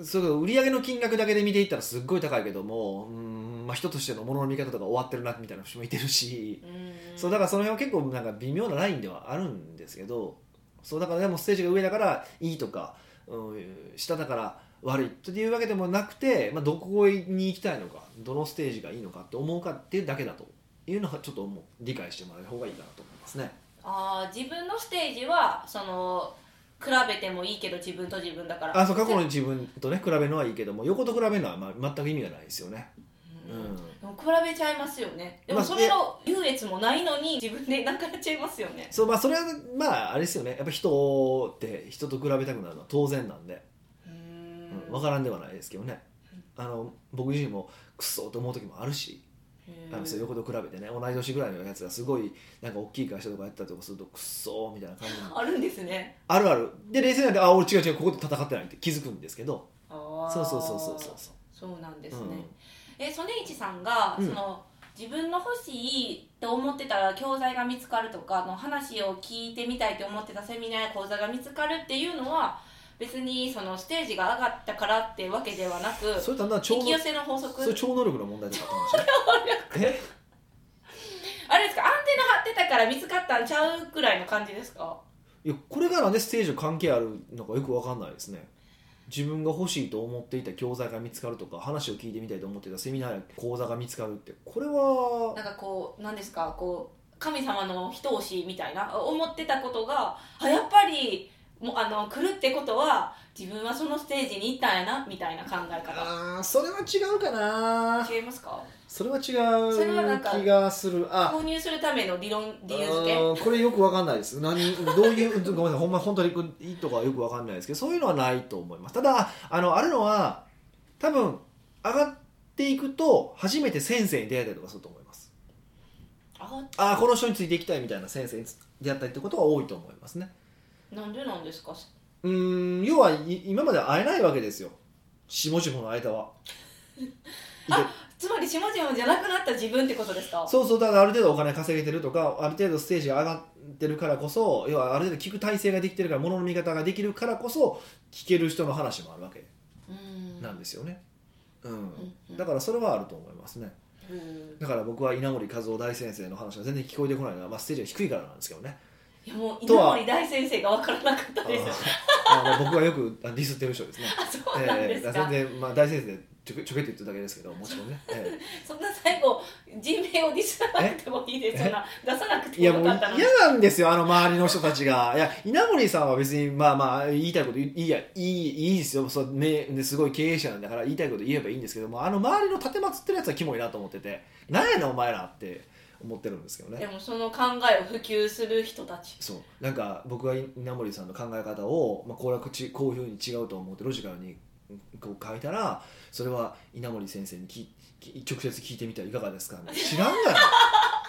[SPEAKER 1] あそれ売上の金額だけで見ていったらすっごい高いけどもうーん、まあ、人としてのものの見方とか終わってるなみたいな人もいてるし、
[SPEAKER 2] うん
[SPEAKER 1] そうだからその辺は結構なんか微妙なラインではあるんですけどそうだからでもステージが上だからいいとか、うん、下だから悪いというわけでもなくて、まあ、どこに行きたいのかどのステージがいいのかって思うかっていうだけだというのはちょっと思う理解してもらえる方がいいかなと思いますね。
[SPEAKER 2] あー自分のステージはその比べてもいいけど自分と自分だから
[SPEAKER 1] あそう過去の自分とね比べるのはいいけども横と比べるのは、まあ、全く意味がないですよね。
[SPEAKER 2] う
[SPEAKER 1] うんん
[SPEAKER 2] でも比べちゃいますよねでも
[SPEAKER 1] まあ
[SPEAKER 2] それの優越もないのに自分でなんかやっちゃいますよね
[SPEAKER 1] そうまあ、それはまああれですよねやっぱ人って人と比べたくなるのは当然なんで、
[SPEAKER 2] う
[SPEAKER 1] うんん、分からんではないですけどねあの僕自身もクソと思う時もあるしあのそう横と比べてね同い年ぐらいのやつがすごいなんか大きい会社とかやったりとかするとクソみたいな感じに
[SPEAKER 2] あるんですね
[SPEAKER 1] あるあるで冷静になってあ俺違う違うここで戦ってないって気づくんですけど
[SPEAKER 2] あー
[SPEAKER 1] そうそうそうそうそうそう
[SPEAKER 2] そうなんですね、
[SPEAKER 1] うん
[SPEAKER 2] え曽根市さんが、
[SPEAKER 1] うん
[SPEAKER 2] その自分の欲しいと思ってたら教材が見つかるとかあの話を聞いてみたいと思ってたセミナーや講座が見つかるっていうのは別にそのステージが上がったからってわけではなく
[SPEAKER 1] それだんだん超
[SPEAKER 2] 引
[SPEAKER 1] 能
[SPEAKER 2] き寄せの法則
[SPEAKER 1] それ超能力の問題とかって話え
[SPEAKER 2] あれですかアンテナ張ってたから見つかったんちゃうくらいの感じですか
[SPEAKER 1] いやこれがなんでステージと関係あるのかよく分かんないですね自分が欲しいと思っていた教材が見つかるとか話を聞いてみたいと思っていたセミナーや講座が見つかるってこれは
[SPEAKER 2] なんかこう何ですかこう神様の一押しみたいな思ってたことがあやっぱりもうあの来るってことは自分はそのステージに行ったんやなみたいな考え方
[SPEAKER 1] あーそれは違うかな
[SPEAKER 2] 違いますか
[SPEAKER 1] それは違
[SPEAKER 2] それはな
[SPEAKER 1] う
[SPEAKER 2] んか
[SPEAKER 1] 気がするあ
[SPEAKER 2] 購入するための理論理由付
[SPEAKER 1] あ
[SPEAKER 2] け
[SPEAKER 1] ーこれよくわかんないです何どういう [LAUGHS] ごめんなさいほんま本当にいいとかはよくわかんないですけどそういうのはないと思いますただあのあるのは多分上がっていくと初めて先生に出会えたりとかすると思います
[SPEAKER 2] あ
[SPEAKER 1] ああこの人についていきたいみたいな先生に出会ったりってことは多いと思いますね
[SPEAKER 2] なんでなんですか
[SPEAKER 1] うーん要はい今まで会えないわけですよ下々の間
[SPEAKER 2] [LAUGHS]
[SPEAKER 1] はいて
[SPEAKER 2] つまりしもじもじゃなくなった自分ってことですか
[SPEAKER 1] そうそうだからある程度お金稼げてるとかある程度ステージが上がってるからこそ要はある程度聞く体制ができてるからものの見方ができるからこそ聞ける人の話もあるわけ
[SPEAKER 2] うん
[SPEAKER 1] なんですよね、うん
[SPEAKER 2] うん
[SPEAKER 1] だからそれはあると思いますね
[SPEAKER 2] うん
[SPEAKER 1] だから僕は稲森和夫大先生の話が全然聞こえてこないのは、まあ、ステージが低いからなんですけどね
[SPEAKER 2] いやもう
[SPEAKER 1] と
[SPEAKER 2] 稲
[SPEAKER 1] は
[SPEAKER 2] 森大先生が分からなかったです
[SPEAKER 1] あのあの僕はよくあディスってる人ですね
[SPEAKER 2] [LAUGHS] あそうなんです
[SPEAKER 1] え
[SPEAKER 2] か、
[SPEAKER 1] え全然、まあ、大先生でちょけちょけって言ってるだけですけどもちろん
[SPEAKER 2] [LAUGHS]
[SPEAKER 1] ね、え
[SPEAKER 2] そんな最後人名をディスらなくてもいいですそんな出さなく
[SPEAKER 1] え
[SPEAKER 2] て
[SPEAKER 1] い
[SPEAKER 2] も
[SPEAKER 1] やも
[SPEAKER 2] よ
[SPEAKER 1] う
[SPEAKER 2] かったのに
[SPEAKER 1] 嫌なんですよあの周りの人たち
[SPEAKER 2] [LAUGHS]
[SPEAKER 1] がいや稲森さんは別にまあまあ言いたいこと言いいいやいいいいですよそう、ねね、すごい経営者なんだから言いたいこと言えばいいんですけどもあの周りの立てまつってるやつはキモいなと思っててなんやねんお前らって思ってるんですけど
[SPEAKER 2] で
[SPEAKER 1] ね
[SPEAKER 2] もその考えを普及する人たち [LAUGHS]
[SPEAKER 1] そうなんか僕は稲森さんの考え方を、まあ、これはこっちこういうふうに違うと思ってロジカルにこう書いたらそれは稲森先生にきき直接聞いてみたらいかがですか知らんがな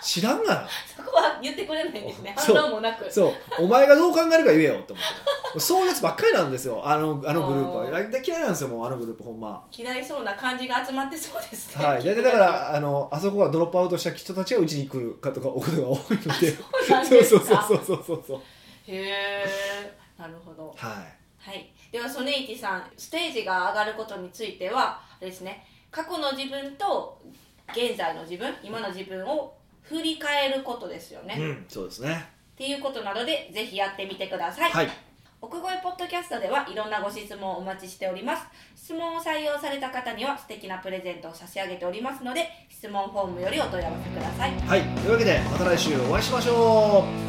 [SPEAKER 1] 知らんがな
[SPEAKER 2] そこは言ってくれないんですね
[SPEAKER 1] そう
[SPEAKER 2] 反応もなく
[SPEAKER 1] そうお前がどう考えるか言えよと思ってそういうやつばっかりなんですよあのあのグループ
[SPEAKER 2] あ
[SPEAKER 1] は
[SPEAKER 2] ー
[SPEAKER 1] 大体嫌いなんですよもうあのグループほんま
[SPEAKER 2] 嫌いそうな感じが集まってそうですね
[SPEAKER 1] はい大体だからあのあそこはドロップアウトした人たちがうちに来るかとかおことが多いので
[SPEAKER 2] そうなんです
[SPEAKER 1] そう
[SPEAKER 2] か
[SPEAKER 1] [LAUGHS] そうそうそうそう
[SPEAKER 2] へえなるほど
[SPEAKER 1] はい
[SPEAKER 2] はいではソネイティさんステージが上がることについてはあれですね過去の自分と現在の自分今の自分を振り返ることですよね、
[SPEAKER 1] う
[SPEAKER 2] っ
[SPEAKER 1] んそうですね
[SPEAKER 2] ていうことなのでぜひやってみてください
[SPEAKER 1] はい
[SPEAKER 2] 奥越ポッドキャストではいろんなご質問をお待ちしております質問を採用された方には素敵なプレゼントを差し上げておりますので質問フォームよりお問い合わせください
[SPEAKER 1] はいというわけでまた来週お会いしましょう